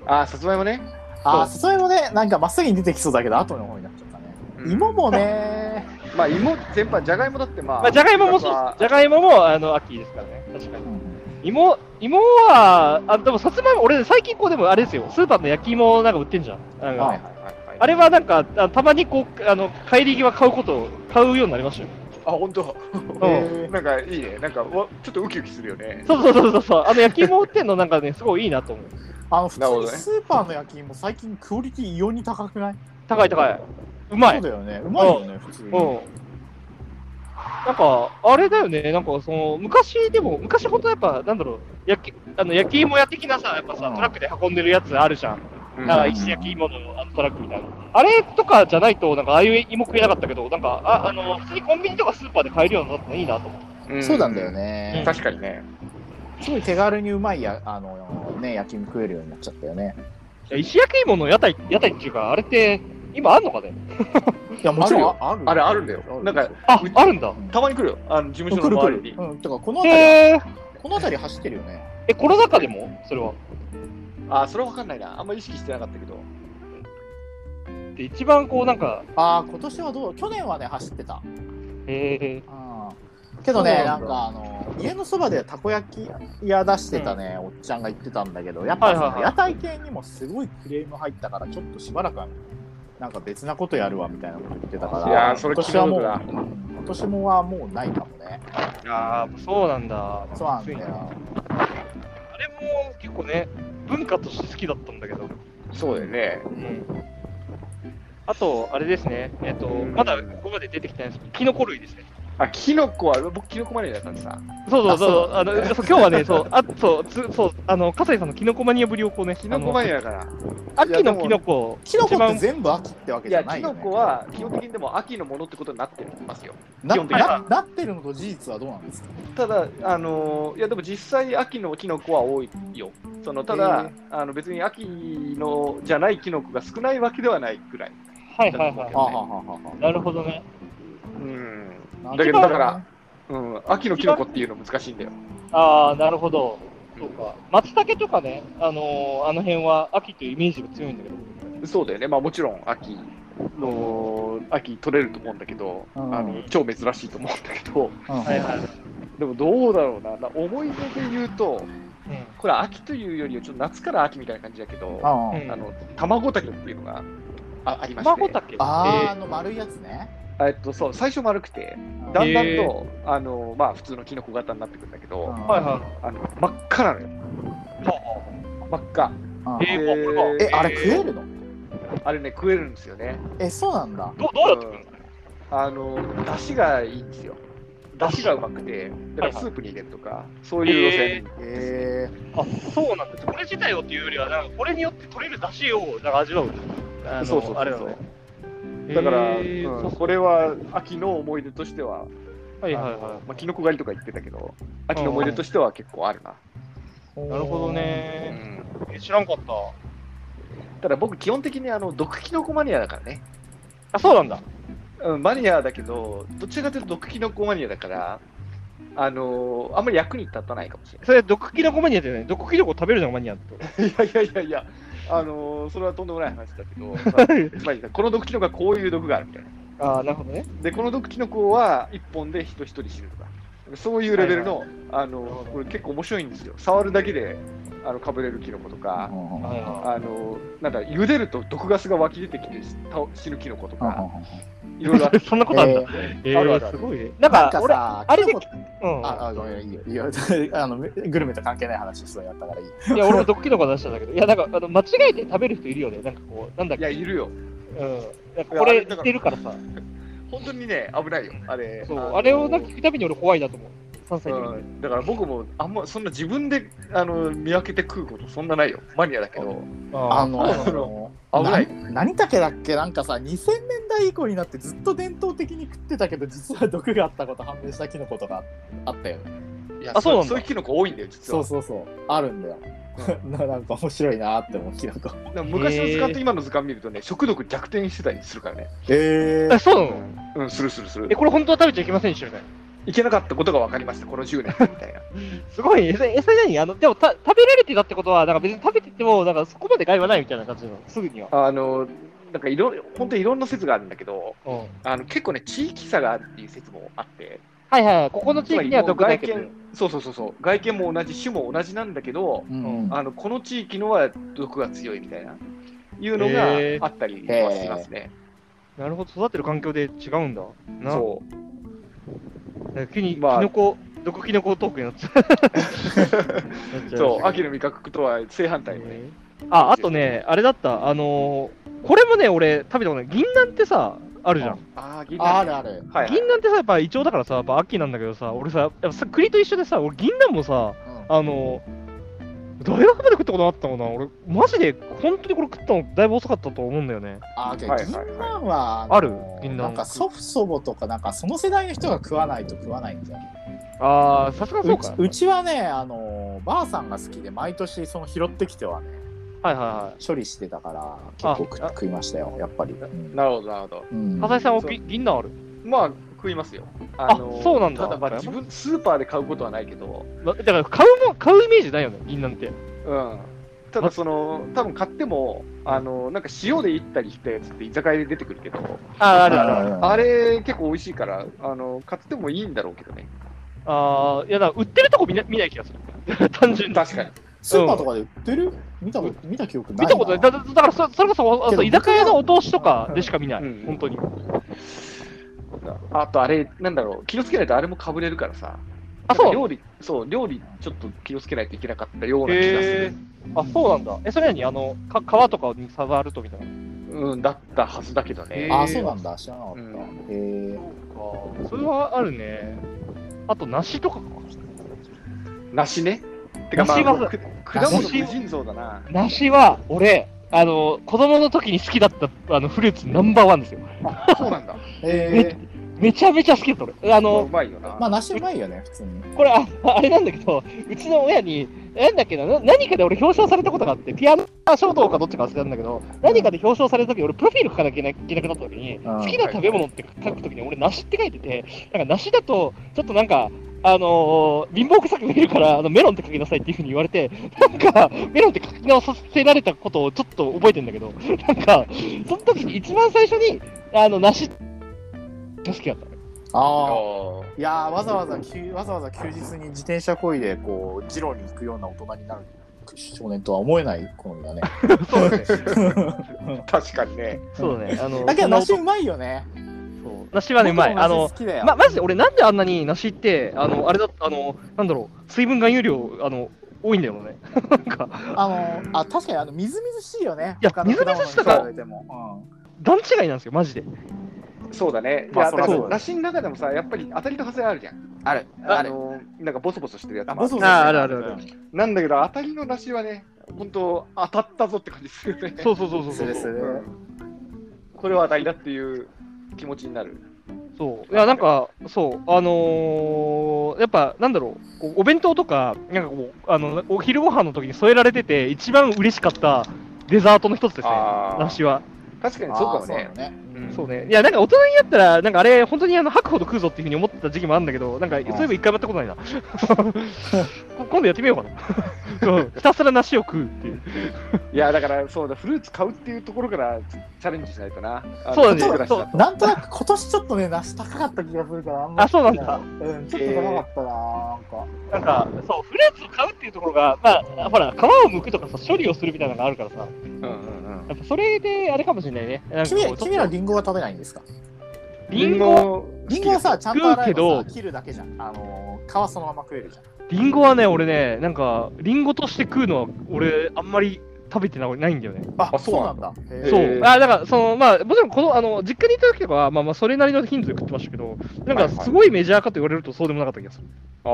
Speaker 2: あー、さつまいもね。
Speaker 3: ああそれもねなんか真っ先に出てきそうだけど後の方になっちゃったね、
Speaker 2: うん
Speaker 3: 芋もね
Speaker 2: まあ芋全般、じゃがいもだってまあ。
Speaker 1: まあ、じゃがいももそう
Speaker 2: やっぱ
Speaker 1: じゃがいもも、あの、秋ですからね。確かに。芋、芋は、あ、でもさつまいも、俺最近こうでもあれですよ、スーパーの焼き芋なんか売ってんじゃん。なんか
Speaker 3: はいはい
Speaker 2: はいはい
Speaker 1: あれはなんか、あたまにこう、あの、帰り際買うこと、買うようになりましたよ。
Speaker 2: あ、本当。
Speaker 1: うん。
Speaker 3: えー
Speaker 2: なんかいいね。なんかわちょっとウキウキするよね。
Speaker 1: そうそうそうそうそう、あの焼き芋売ってんのなんかね、すごいいいなと思う。
Speaker 3: あの普
Speaker 2: なるほ
Speaker 3: 通
Speaker 2: ど
Speaker 3: に
Speaker 2: ね
Speaker 3: スーパーの焼き芋最近クオリティ異様に高くない
Speaker 1: 高い高い。うまい。
Speaker 3: そうだよねうまいよね普通に、
Speaker 1: うん。なんか、あれだよね、なんかその、昔でも、昔ほんとやっぱ、なんだろう、焼き、あの、焼き芋屋的なさ、やっぱさ、
Speaker 3: うん
Speaker 1: トラックで運んでるやつあるじゃん。
Speaker 2: うん
Speaker 1: なんか石焼き芋のあのトラックみたいな。あれとかじゃないと、なんかああいう芋食えなかったけど、なんか、ああの普通にコンビニとかスーパーで買えるようになったのいいなと思って。
Speaker 3: そうなんだよ。ね、
Speaker 2: 確かにね。
Speaker 3: すごい手軽にうまいやあの、ね、焼き芋食えるようになっちゃったよね
Speaker 1: いや石焼き芋の屋台、屋台っていうか、あれって、今あんのかね
Speaker 3: いやもちろんある
Speaker 2: あれあるんだよ。なんか
Speaker 1: あ
Speaker 2: うち、
Speaker 1: あるんだ。
Speaker 2: たまに来るよ。あの事務
Speaker 3: 来
Speaker 2: 所
Speaker 3: る
Speaker 2: の
Speaker 3: 来
Speaker 2: 周り
Speaker 3: る
Speaker 2: に。
Speaker 3: うんてかこの
Speaker 1: へ
Speaker 3: 辺り
Speaker 1: え。
Speaker 3: この辺り走ってるよね
Speaker 1: え、コロナ禍でもそれは。
Speaker 2: あー、それわかんないな。あんま意識してなかったけど。
Speaker 1: で、一番こう、なんか、
Speaker 3: ああ今年はどう去年はね走ってた
Speaker 1: え
Speaker 3: うんけど
Speaker 2: そ
Speaker 3: ね
Speaker 2: う
Speaker 3: な
Speaker 2: なんんだ
Speaker 3: かあの家のそばでたこ焼き屋出してたね、おっちゃんが言ってたんだけどやっぱその
Speaker 1: はいはいはい
Speaker 3: 屋台系にもすごいクレーム入ったからちょっとしばらくはなんか別なことやるわみたいなこと言ってたから
Speaker 2: いやーそれ
Speaker 3: 今年はもう
Speaker 2: 気の毒
Speaker 3: うん今年もはもうないかもね
Speaker 1: ー、あーそうなんだ。
Speaker 3: そうなんだ
Speaker 1: ついに
Speaker 3: よ
Speaker 1: あれも結構ね、文化として好きだったんだけど。
Speaker 2: そうだよね。
Speaker 1: うん。あと、あれですね、えっ、と、
Speaker 2: うん
Speaker 1: まだここまで出てきてないんですけど、キノコ類ですね。
Speaker 2: あ、キノコは僕キノコマニアだったんでさ。
Speaker 1: そうそうそう、あ
Speaker 3: あ
Speaker 1: の、そう今日はね、そう、 あ、そう、つそう、あの、笠井さんのキノコマニアぶりをこうね、
Speaker 2: キノコマニアだから。
Speaker 1: あの秋のキノコを、
Speaker 3: キノコ
Speaker 1: 一
Speaker 3: って
Speaker 1: 番
Speaker 3: 全部秋ってわけ
Speaker 2: い
Speaker 3: じゃ
Speaker 2: や、
Speaker 3: な
Speaker 2: キ
Speaker 3: いよ、
Speaker 2: ノ
Speaker 3: ね、
Speaker 2: コは基本的にでも秋のものってことになってますよ。
Speaker 3: な
Speaker 2: 基本的
Speaker 1: に
Speaker 3: ななってるのと事実はどうなんですか
Speaker 2: ただ、あのーいやでも実際、秋のキノコは多いよ。そのただ、あの別に秋のじゃないキノコが少ないわけではないくらい。
Speaker 1: はいはいは
Speaker 3: はあ
Speaker 1: い。
Speaker 3: はあはあは
Speaker 1: なるほどね。
Speaker 2: うん、
Speaker 3: あはあ
Speaker 2: だけどだからうん、秋のキノコっていうの難しいんだよ。
Speaker 1: ああ、なるほど。そうか。松茸とかね、あのーあの辺は秋というイメージが強いんだけど。
Speaker 2: そうだよね、まあ、もちろん秋の秋取れると思うんだけど、
Speaker 3: うん
Speaker 2: あの超珍しいと思うんだけど、
Speaker 3: うん
Speaker 1: はいはい。
Speaker 2: でもどうだろうな、な思い出で言うと、これ、秋というよりはちょっと夏から秋みたいな感じだけど、あ
Speaker 3: ああ
Speaker 1: うん
Speaker 2: の卵竹っていうのがあありまして、
Speaker 1: 卵茸
Speaker 3: あーあ
Speaker 1: え
Speaker 3: の丸いやつね
Speaker 2: えっと、そう最初丸くて、だんだんと、あのまあ、普通のキノコ型になってくるんだけど、
Speaker 1: ーはいは
Speaker 2: あの真っ赤なのよ、
Speaker 1: い。は
Speaker 2: 真っ赤。
Speaker 3: うん
Speaker 1: あえー
Speaker 2: で
Speaker 1: これ
Speaker 3: え
Speaker 1: か
Speaker 3: あれ食えるの
Speaker 2: あれね、食えるんですよね。
Speaker 3: えそうなんだ
Speaker 1: どどうやってくるんですかね
Speaker 2: あの、出汁がいいんですよ。出汁がうまくて、だか
Speaker 1: はい
Speaker 2: らスープに入れるとか、そういう路線。
Speaker 3: えー、
Speaker 1: あ、そうなんです。これ自体をっていうよりは、なんかこれによって取れる出汁をなんか味わう。あの
Speaker 2: そうそうそうそう
Speaker 1: あれだね。
Speaker 2: だから、
Speaker 1: えー
Speaker 2: うん
Speaker 1: そう
Speaker 2: これは秋の思い出としては、
Speaker 1: はいはい
Speaker 2: あ
Speaker 1: は
Speaker 2: のまあ、キノコ狩りとか言ってたけど、秋の思い出としては結構あるな。
Speaker 1: い。なるほどね。
Speaker 2: うん
Speaker 1: え知らんかった。
Speaker 2: ただ僕、基本的にあの毒キノコマニアだからね。
Speaker 1: あ、そうなんだ。
Speaker 2: うん、マニアだけど、どちらかというと毒キノコマニアだから、あのあんまり役に立たないかもしれない
Speaker 1: それ、毒キノコマニアじゃない毒キノコ食べるのがマニアってこと。
Speaker 2: いやいやいやいや、あのーそれはとんでもない話だ けど、まあまあ、この毒キノコはこういう毒があるみたいな。
Speaker 1: ああ、なるほどね。
Speaker 2: で、この毒キノコは1本で人1人死ぬとか、そういうレベルの、あ
Speaker 1: なるほ
Speaker 2: の
Speaker 1: ど
Speaker 2: これ結構面白いんですよ。触るだけであのかぶれるキノコと
Speaker 1: はい
Speaker 2: か、
Speaker 1: は
Speaker 2: あのなんだ、茹でると毒ガスが湧き出てきて倒死ぬキノコとか、
Speaker 3: あ
Speaker 2: いろいろあって
Speaker 1: いそんなことあった。え
Speaker 2: あるある
Speaker 1: ー、
Speaker 2: あ
Speaker 1: す
Speaker 2: る
Speaker 1: ごいね。なんか、俺、あれで、うん。
Speaker 3: ああ、ごめん、いいよ、いいよ。 あの、グルメと関係ない話しそうやったからいい。
Speaker 1: いや、俺もドッキリの子出したんだけど、いや、なんか、あの間違えて食べる人いるよね。なんかこう、なんだっ
Speaker 2: い
Speaker 1: け、
Speaker 2: や、いるよ。
Speaker 1: うん。なんかこれ、
Speaker 2: だから
Speaker 1: 知ってるからさ。
Speaker 2: 本当にね、危ないよ、あれ。
Speaker 1: そう、あ
Speaker 2: のー
Speaker 1: れをなんか聞くたびに俺怖いなと思う。3歳の時
Speaker 2: うんだから僕もあんまそんな自分であの見分けて食うことそんなないよマニアだけど
Speaker 3: あ
Speaker 2: そうな
Speaker 3: の、
Speaker 2: 危ない
Speaker 3: な何竹だっけなんかさ、2000年代以降になってずっと伝統的に食ってたけど、実は毒があったこと判明したキノコとかあったよね。
Speaker 2: いや
Speaker 1: あそうなんだ
Speaker 2: そういうキノコ多いんだよ実
Speaker 3: そう
Speaker 2: は
Speaker 3: そうそう。あるんだよ。 ななんか面白いなって思う、キノコ。
Speaker 2: だから昔の図鑑と今の図鑑見るとね食毒弱点してたりするからね
Speaker 3: え
Speaker 1: あ、そうなの
Speaker 2: うんするするする
Speaker 1: え、これ本当は食べちゃいけませんでしたみたいな。
Speaker 2: いけなかったことが分かりましたこの10年み たいな
Speaker 1: すごいね。え、それえそれ何あの、でもた食べられてたってことは、なんか別に食べてても、なんかそこまで害はないみたいな感じなの。すぐには。
Speaker 2: あのなんかいろ本当にいろんな説があるんだけど
Speaker 1: うん。
Speaker 2: あの結構ね地域差があるっていう説もあって
Speaker 1: はいはいはい。ここの地域には毒だけど
Speaker 2: つま。りもう外見そうそうそうそう外見も同じ種も同じなんだけど
Speaker 3: うん。
Speaker 2: あのこの地域のは毒が強いみたいないうのが
Speaker 1: へー
Speaker 2: あったりはしますね。
Speaker 1: なるほど、育ってる環境で違うんだ。な
Speaker 2: そ
Speaker 1: なんか急に、
Speaker 2: まあ
Speaker 1: キノコ、毒キノコトークになっちゃ う。
Speaker 2: う、そう、
Speaker 1: あ、
Speaker 2: 秋の味覚とは正反対のね。
Speaker 1: あ、あとね、あれだった、あのーこれもね、俺、食べたことない。銀杏ってさ、あるじゃん。
Speaker 2: ああ、銀
Speaker 3: ああ
Speaker 2: 杏。
Speaker 3: るある。
Speaker 2: はい、
Speaker 1: 銀杏ってさ、やっぱイチョウだからさ、やっぱ秋なんだけどさ、俺さ、やっぱさ栗と一緒でさ、俺、銀杏もさ、あのー大学まで食ったことなかったもんな。俺、マジで、本当にこれ食ったの、だいぶ遅かったと思うんだよね。
Speaker 3: あ、けど
Speaker 2: はいはい
Speaker 3: 銀
Speaker 2: はい
Speaker 3: 杏は、の
Speaker 1: ある銀杏
Speaker 3: なんか祖父祖母とか、なんかその世代の人が食わないと食わないんだよ。
Speaker 1: あー、さすがそうう
Speaker 3: ち
Speaker 1: か。
Speaker 3: うちはね、あの、ばあさんが好きで、毎年その拾ってきてはね、
Speaker 1: はいはいはい。
Speaker 3: 処理してたから、結構食
Speaker 1: あ
Speaker 3: 食いましたよ、やっぱり。うん
Speaker 2: なるほど、なるほど。
Speaker 3: うん
Speaker 1: 笠井さんは
Speaker 2: そう
Speaker 1: ぎ銀杏ある
Speaker 2: まあ、食いますよ。
Speaker 1: あそうなんだ
Speaker 2: ただ、まあ、自分、スーパーで買うことはないけど、
Speaker 1: まだから買うもん買うイメージないよね、銀杏って。
Speaker 2: うん。ただ、その、多分買っても、あの、なんか塩でいったりしたやつって居酒屋で出てくるけど、
Speaker 1: ああ
Speaker 3: る
Speaker 1: る
Speaker 3: あ
Speaker 1: あ
Speaker 3: る
Speaker 1: る
Speaker 3: あ
Speaker 1: あ
Speaker 3: る
Speaker 1: る。
Speaker 2: あれ結構美味しいから、あの、買ってもいいんだろうけどね。
Speaker 1: あーいや、だから売ってるとこ見な見ない気がする。 単純に。
Speaker 2: 確かに。
Speaker 3: スーパーとかで売ってる見たこと見た記憶ない
Speaker 1: 見たことない。だだだからそ、それこそ、あ
Speaker 3: けど
Speaker 1: そう居酒屋のお通しとかでしか見ない。
Speaker 2: うん
Speaker 1: 本当に。
Speaker 2: あと、あれ、なんだろう、気をつけないとあれもかぶれるからさ。
Speaker 1: あ、そう
Speaker 2: 料理、そう、料理、ちょっと気をつけないといけなかったような気がす
Speaker 1: へ
Speaker 2: る
Speaker 1: え。。あ、そうなんだ。え、それなにあの、か皮とかに触るとみたいな。
Speaker 2: うん、だったはずだけどね。
Speaker 1: へー
Speaker 3: あ、そうなんだ、知らなかった。
Speaker 2: う
Speaker 3: へ
Speaker 2: ん
Speaker 3: え。
Speaker 1: そうか。それはあるね。あと、梨とかか。
Speaker 2: 梨ね。てか、まあ、
Speaker 1: 梨が
Speaker 2: く果物
Speaker 1: 梨
Speaker 2: 無尽蔵だな。
Speaker 1: 梨は、俺、あの、子供の時に好きだったあのフルーツナンバーワンですよ。
Speaker 2: そうなんだ。
Speaker 3: え
Speaker 1: めちゃめちゃ好きだった、俺。あ
Speaker 2: まあ
Speaker 1: の
Speaker 2: う、まいよな。
Speaker 3: まあ、梨うまいよね、普通に。
Speaker 1: これあ、あれなんだけど、うちの親に、なんだっけな、な何かで俺表彰されたことがあって、ピアノ衝動かどっちか忘れたんだけど、何かで表彰されたとき、俺、プロフィール書かなきゃいけなくなったときに、
Speaker 3: ん
Speaker 1: 好きな食べ物って書くときに、俺、梨って書いてて、なんか梨だと、ちょっとなんか、あのー貧乏臭く見えるから、あのメロンって書きなさいっていうふうに言われて、なんか、メロンって書き直させられたことをちょっと覚えてんだけど、なんか、その時に一番最初に、あの、梨、好きだった。
Speaker 2: あ
Speaker 3: ああ。
Speaker 2: ー
Speaker 3: いやーわざわざきゅわざわざ休日に自転車こいでこうジロに行くような大人になる少年とは思えない好みだ ね。
Speaker 1: そうだね。
Speaker 2: 確かにね。
Speaker 1: そうだね。あの
Speaker 3: だけど梨うまいよね。
Speaker 1: 梨はね、うまい。あの
Speaker 3: 僕も梨、好きだよ
Speaker 1: ま、まず俺なんであんなに梨って、あの、あれだ、あの、なんだろう、水分含有量、あの、多いんだよね。 なんか、
Speaker 3: あのあ確かにあのみずみずしいよね。
Speaker 1: いや
Speaker 3: 他の果物
Speaker 1: みず
Speaker 3: に
Speaker 1: みずしさが
Speaker 3: 比べても。
Speaker 1: 段違いなんですよ、マジで。
Speaker 2: そうだね。い
Speaker 3: まあ
Speaker 2: や、
Speaker 3: そ
Speaker 2: だ
Speaker 3: ら
Speaker 2: か
Speaker 3: そうだ
Speaker 2: ら
Speaker 3: よ
Speaker 2: 梨の中でもさ、やっぱり当たりと外れあるじゃん。
Speaker 3: うんある
Speaker 2: あ
Speaker 3: ある。
Speaker 2: の、なんかボソボソしてるやつ
Speaker 3: あ
Speaker 2: もあ
Speaker 3: ボ
Speaker 2: る
Speaker 3: ソボソ
Speaker 1: ああるあるある
Speaker 2: なんだけど、当たりの梨はね、本当当たったぞって感じするよね。
Speaker 1: そうそうそうそう
Speaker 3: す
Speaker 1: そ
Speaker 3: るす
Speaker 1: う。
Speaker 3: る。
Speaker 2: これは当たりだっていう気持ちになる。
Speaker 1: そう。いや、なんか、そう、あのーやっぱ、なんだろう、こうお弁当とか、なんかこう、あの、お昼ご飯の時に添えられてて、一番嬉しかったデザートの一つですね、
Speaker 2: あー
Speaker 1: 梨は。
Speaker 2: 確かに
Speaker 3: あー
Speaker 2: そうかも
Speaker 3: そうだ
Speaker 2: ね
Speaker 3: よ。ね。
Speaker 2: うん
Speaker 1: そうね。いや、なんか大人になったら、なんかあれ、本当にあの吐くほど食うぞっていうふうに思ってた時期もあるんだけど、なんか、そういえば一回もやったことない な。今度やってみようかな。 うんひたすら梨を食うっていう。
Speaker 2: いや、だから、そうだ、フルーツ買うっていうところからチャレンジしないとな。あの
Speaker 1: そうなん
Speaker 3: だよ
Speaker 2: 一人暮らし
Speaker 1: そう
Speaker 2: だと
Speaker 3: なんとなく今年ちょっとね、梨高かった気がするから、あん
Speaker 1: あそうなんだ
Speaker 3: うん、ちょっと高かったな、なんか。
Speaker 1: なんか、そう、フルーツを買うっていうところが、まあ、ほら、皮を剥くとかさ、処理をするみたいなのがあるからさ、
Speaker 2: うんうん
Speaker 1: やっぱそれであれかもしれないね。なんかこ
Speaker 3: 君
Speaker 1: う
Speaker 3: ら、君
Speaker 1: ちょ
Speaker 3: ら
Speaker 1: っと
Speaker 3: リンゴは食べないんですか
Speaker 2: うん。
Speaker 1: リンゴ、
Speaker 3: リンゴはさ、ちゃんと洗え
Speaker 1: 食
Speaker 3: ば
Speaker 1: う
Speaker 3: さ
Speaker 1: け
Speaker 3: 切るだけじゃん。あのー、皮そのまま食えるじゃん。
Speaker 1: リンゴはね、俺ね、なんか、リンゴとして食うのは、俺、あんまり食べてなないんだよね。
Speaker 3: あ
Speaker 4: あそうなん
Speaker 3: だ。へー
Speaker 1: そ
Speaker 2: へ
Speaker 1: う。
Speaker 2: ー
Speaker 1: あ、だから、その、まあ、もちろん、この、あの、実家にいた時とかは、まあまあ、それなりの頻度で食ってましたけど、なん
Speaker 4: はい
Speaker 1: か、
Speaker 4: はい
Speaker 1: すごいメジャーかと言われると、そうでもなかった気がする。
Speaker 2: ああ。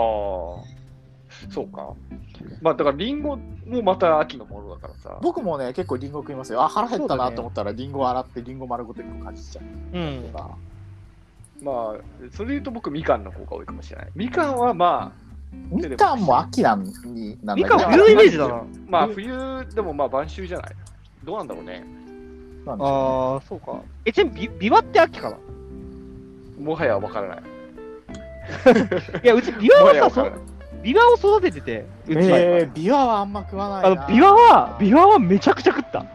Speaker 2: そうか。まあ、だから、リンゴもまた秋のものだからさ。
Speaker 3: 僕もね、結構リンゴ食いますよ。あ、腹減った
Speaker 1: そうだ
Speaker 3: な
Speaker 1: ね
Speaker 3: と思ったら、リンゴ洗って、リンゴ丸ごと1個かじっちゃう
Speaker 1: うん。
Speaker 3: とか。
Speaker 2: まあ、それで言うと僕、みかんの方が多いかもしれない。みかんはまあ、
Speaker 3: みかんも秋なんに、なん
Speaker 1: み
Speaker 3: だ
Speaker 1: かん
Speaker 3: け
Speaker 1: 冬のイメージだな。
Speaker 2: まあ、冬でもまあ、晩秋じゃない。どうなんだろうね。
Speaker 3: ど、なんでしょ
Speaker 1: ああ、そうか。え、ちなみに、ビビワって秋かな
Speaker 2: もはやわから ない。
Speaker 1: いや、うち、ビワ
Speaker 2: も
Speaker 1: は
Speaker 2: はや
Speaker 1: さ
Speaker 2: わからない
Speaker 1: そ、。ビワを育ててて、う
Speaker 3: う
Speaker 1: ち。
Speaker 3: えー、ビワはあんま食わない
Speaker 1: あ
Speaker 3: な。
Speaker 1: の、ビワは、ビワはめちゃくちゃ食った。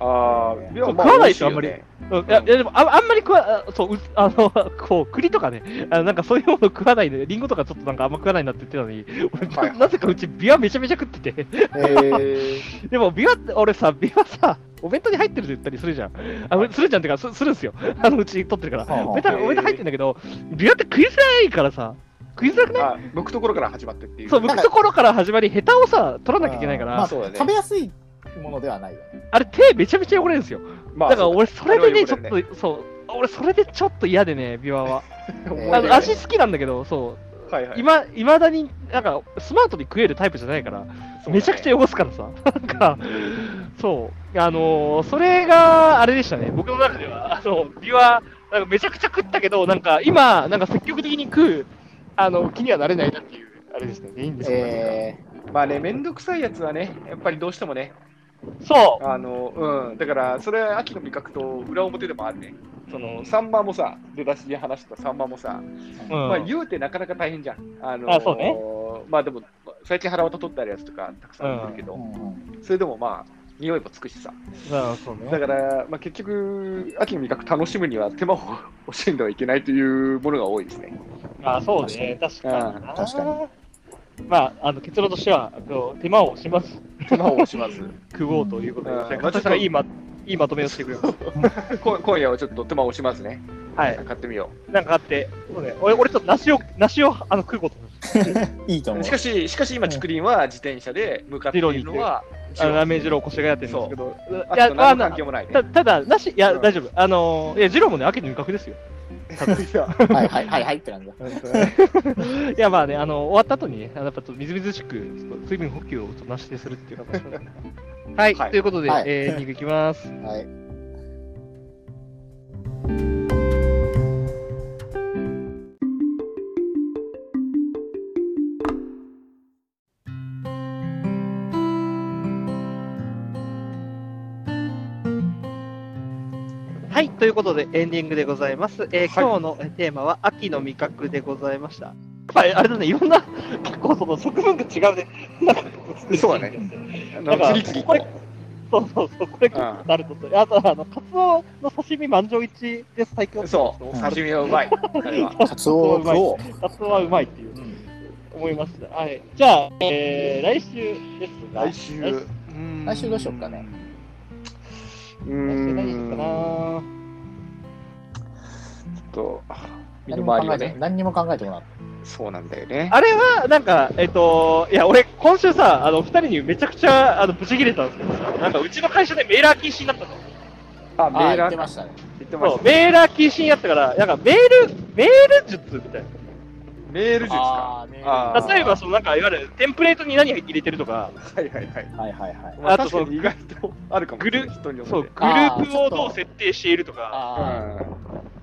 Speaker 2: ああ、でもまあ
Speaker 1: 食わないでしょあんまり
Speaker 2: 美味しいよ
Speaker 1: う
Speaker 2: ね
Speaker 1: んいや、いやでもあ、あんまり食わ、あそう、うあの、 こう、栗とかね、あのなんかそういうもの食わないで、リンゴとかちょっとなんかあんま食わないなって言ってたのに、
Speaker 4: はいは
Speaker 1: 俺、
Speaker 4: い
Speaker 1: なぜかうち、ビワめちゃめちゃ食って て。
Speaker 2: え
Speaker 1: でも、ビワって、俺さ、ビワさ、お弁当に入ってるって言ったりするじゃん。あのするじゃんってか、すするんすよ。あのうち取ってるから。
Speaker 3: はあはあ
Speaker 1: お弁当お弁当入ってるんだけど、ビワって食いづらいからさ、食いづらく
Speaker 2: ー、
Speaker 1: ない
Speaker 2: あ剥くところから始まってっていう。
Speaker 1: そう、剥くところから始まり、ヘタをさ、取らなきゃいけないか
Speaker 3: ま
Speaker 1: ら、
Speaker 3: あ
Speaker 1: あ
Speaker 2: そうだね
Speaker 3: 食べやすいものではないよね。
Speaker 1: れ手めちゃめちゃ汚れるんですよ。
Speaker 2: ま
Speaker 1: だから俺、それでね、ち
Speaker 2: そ
Speaker 1: ょ
Speaker 2: う
Speaker 1: っ
Speaker 2: だ
Speaker 1: と、そう、俺、それでちょっと嫌でね、ビワは。
Speaker 3: えー
Speaker 1: あの足好きなんだけど、そう、
Speaker 2: はいはい、
Speaker 1: 今、いまだに、なんか、スマートに食えるタイプじゃないから、めちゃくちゃ
Speaker 2: ゃ
Speaker 1: 汚すからさ、なんか、そう、あのーそれがあれでしたね、僕の中では、あのビワ、なんかめちゃくちゃ食ったけど、なんか今、なんか積極的に食うあの気にはなれないなっていう、あれですね、いいんですよ、
Speaker 3: え
Speaker 2: まあね、めんどくさいやつはね、やっぱりどうしてもね、
Speaker 1: そう、
Speaker 2: あのうん、だからそれは秋の味覚と裏表でもあるね。そのサンマもさ、出だしに話したサンマも
Speaker 1: う
Speaker 2: さ、
Speaker 1: ん
Speaker 2: まあ言うてなかなか大変じゃん。あの
Speaker 1: あそうね
Speaker 2: まあでも、最近腹渡取ってあるやつとかたくさんあるけど、
Speaker 3: ーうん
Speaker 2: それでもまあ、匂いもつくしさ。
Speaker 1: まあそう
Speaker 2: だ
Speaker 1: ね、
Speaker 2: から、まあ、結局、秋の味覚楽しむには手間を惜しんではいけないというものが多いですね。
Speaker 1: あそうね、確かにな。
Speaker 3: 確か
Speaker 1: まあ、あの結論としては、あの手間を惜しまず
Speaker 2: 手間を惜しまず。
Speaker 1: 食おうということで、
Speaker 2: うん
Speaker 1: なんか私がいいまいいまとめをしてくれます。
Speaker 2: こ今夜はちょっと手間を惜しまずね。
Speaker 1: はい、
Speaker 2: 買ってみよ
Speaker 1: なんかあって、そうね、俺、俺ちょっと梨を、梨をあの食うことに
Speaker 3: いいと思
Speaker 2: う。
Speaker 3: う
Speaker 2: し。かし、しかし今、竹林は自転車で向かっているのは、
Speaker 1: あのラーメン二郎腰がやってるんですけど、
Speaker 2: あ
Speaker 1: いや、
Speaker 2: と何の
Speaker 1: まあ
Speaker 2: 関係もないね。
Speaker 1: たただ、なし、いや、
Speaker 2: うん
Speaker 1: 大丈夫。あのー、いや、ジローもね、秋の味覚ですよ。
Speaker 3: はいはいはいはいって感じだ。
Speaker 1: いや、まあね、あの、終わった後にね、あのやっぱちょっとみずみずしく、ちょっと水分補給をちょっとなしてするっていう形をはい、
Speaker 2: はい
Speaker 1: ということで、
Speaker 3: はい
Speaker 1: えー、エンディングいきます。
Speaker 3: はい。
Speaker 1: はい、ということで、エンディングでございます。えー、
Speaker 2: はい
Speaker 1: 今日のテーマは、秋の味覚でございました。やっぱり、あれだね、いろんな、 結構その、側面が違うね。なんか
Speaker 2: そうだね。あ
Speaker 1: だ
Speaker 2: の
Speaker 1: から
Speaker 2: 次々
Speaker 1: これそうそうそう、これ
Speaker 2: うん
Speaker 1: なること。あと、あの、カツオの刺身満場一致で最強。
Speaker 2: そう、お刺身はうまい。あれは
Speaker 3: カツオを食おう。
Speaker 1: カツオはうまいっていう、思いました。はい。じゃあ、えー、来週ですが。
Speaker 2: 来週。
Speaker 1: 来週
Speaker 2: うん
Speaker 3: 来週どうしよっかね。
Speaker 1: 来
Speaker 2: う
Speaker 1: 週何しようかな
Speaker 2: ーん。と、身
Speaker 3: 何
Speaker 2: の
Speaker 3: も
Speaker 2: 回り
Speaker 3: 考え
Speaker 2: は
Speaker 3: て、
Speaker 2: ね、
Speaker 3: 何にも考えてもらっ
Speaker 2: そうなんだよね。
Speaker 1: あれは、なんか、えっ、と、いや、俺、今週さ、あの、二人にめちゃくちゃ、あの、ブチ切れたんですけどさ、なんか、うちの会社でメーラー禁止になったの。
Speaker 2: あ、メ
Speaker 3: あ
Speaker 2: ー
Speaker 3: ー、言
Speaker 2: ラ
Speaker 3: って
Speaker 2: ー
Speaker 3: ましたね。
Speaker 2: 言ってま
Speaker 1: そ
Speaker 2: し
Speaker 1: う、
Speaker 2: た。
Speaker 1: メーラー禁止になったから、なんか、メール、メール術みたいな。
Speaker 2: メール術か。
Speaker 3: あーね
Speaker 2: あー
Speaker 1: 例えば、その、なんか、いわゆる、テンプレートに何入れてるとか、
Speaker 2: はいはいはい。
Speaker 3: はいはいはい。
Speaker 2: まあ
Speaker 1: あと
Speaker 2: 確かに意外とあるかもしれない。人によって
Speaker 1: そう、グループをどう設定しているとか、
Speaker 2: うん
Speaker 3: あ
Speaker 2: は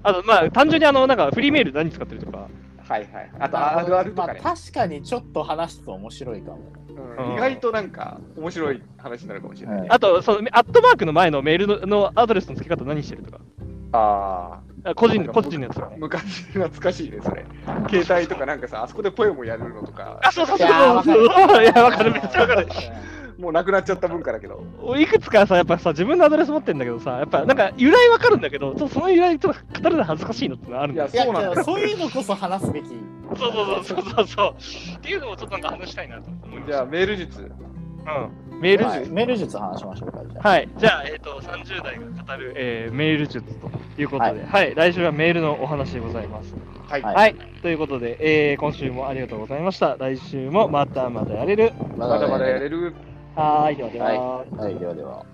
Speaker 1: あと、まあ、単純にあの、なんか、フリーメール何使ってるとか、
Speaker 2: いはい。あ
Speaker 3: ー
Speaker 2: とあるあるとかね。
Speaker 3: まあ確かにちょっと話すと面白いかも。
Speaker 2: うん意外となんか面白い話になるかもしれないね。
Speaker 1: あと、そのアットマークの前のメールののアドレスの付け方何してるとか。
Speaker 2: あ
Speaker 1: あ個人
Speaker 2: なん
Speaker 1: の
Speaker 2: か
Speaker 1: 個人のやつとか
Speaker 2: あ、
Speaker 1: ね。
Speaker 2: 昔懐かしいね、それ。携帯とかなんかさ、あそこでポエムやるのとか、
Speaker 1: あ、そうそう
Speaker 3: い
Speaker 1: そう
Speaker 3: やーわか る
Speaker 1: そう。いや、わかる、めっちゃわかる。
Speaker 2: もうなくなっちゃった文化だけど。
Speaker 1: 俺いくつかさ、やっぱさ、自分のアドレス持ってんだけどさ、やっぱなんか由来わかるんだけど、ちょっとその由来ちょっと語るの恥ずかしいのってのあるんだよ。
Speaker 2: い
Speaker 3: いや
Speaker 2: そうなんだ
Speaker 3: いやそういうのこそ話すべき。
Speaker 1: そうそうそうそうそうそう。っていうのをちょっとなんか話したいなと思いま
Speaker 2: じ
Speaker 1: し
Speaker 2: ゃあ
Speaker 1: た。
Speaker 2: メール術。
Speaker 1: うん。メール術。
Speaker 3: はいメール術話しましょうか、じゃあ。
Speaker 1: はい、じゃあ、えっと30代が語る、えーメール術ということで、はい、来週はメールのお話でございます。
Speaker 2: はい。
Speaker 3: はい
Speaker 1: はい、ということで、えー今週もありがとうございました。来週もまたまたやれる。
Speaker 3: ま
Speaker 2: まだまだやれる。
Speaker 1: はーい、ではでは。
Speaker 3: はい、ではでは。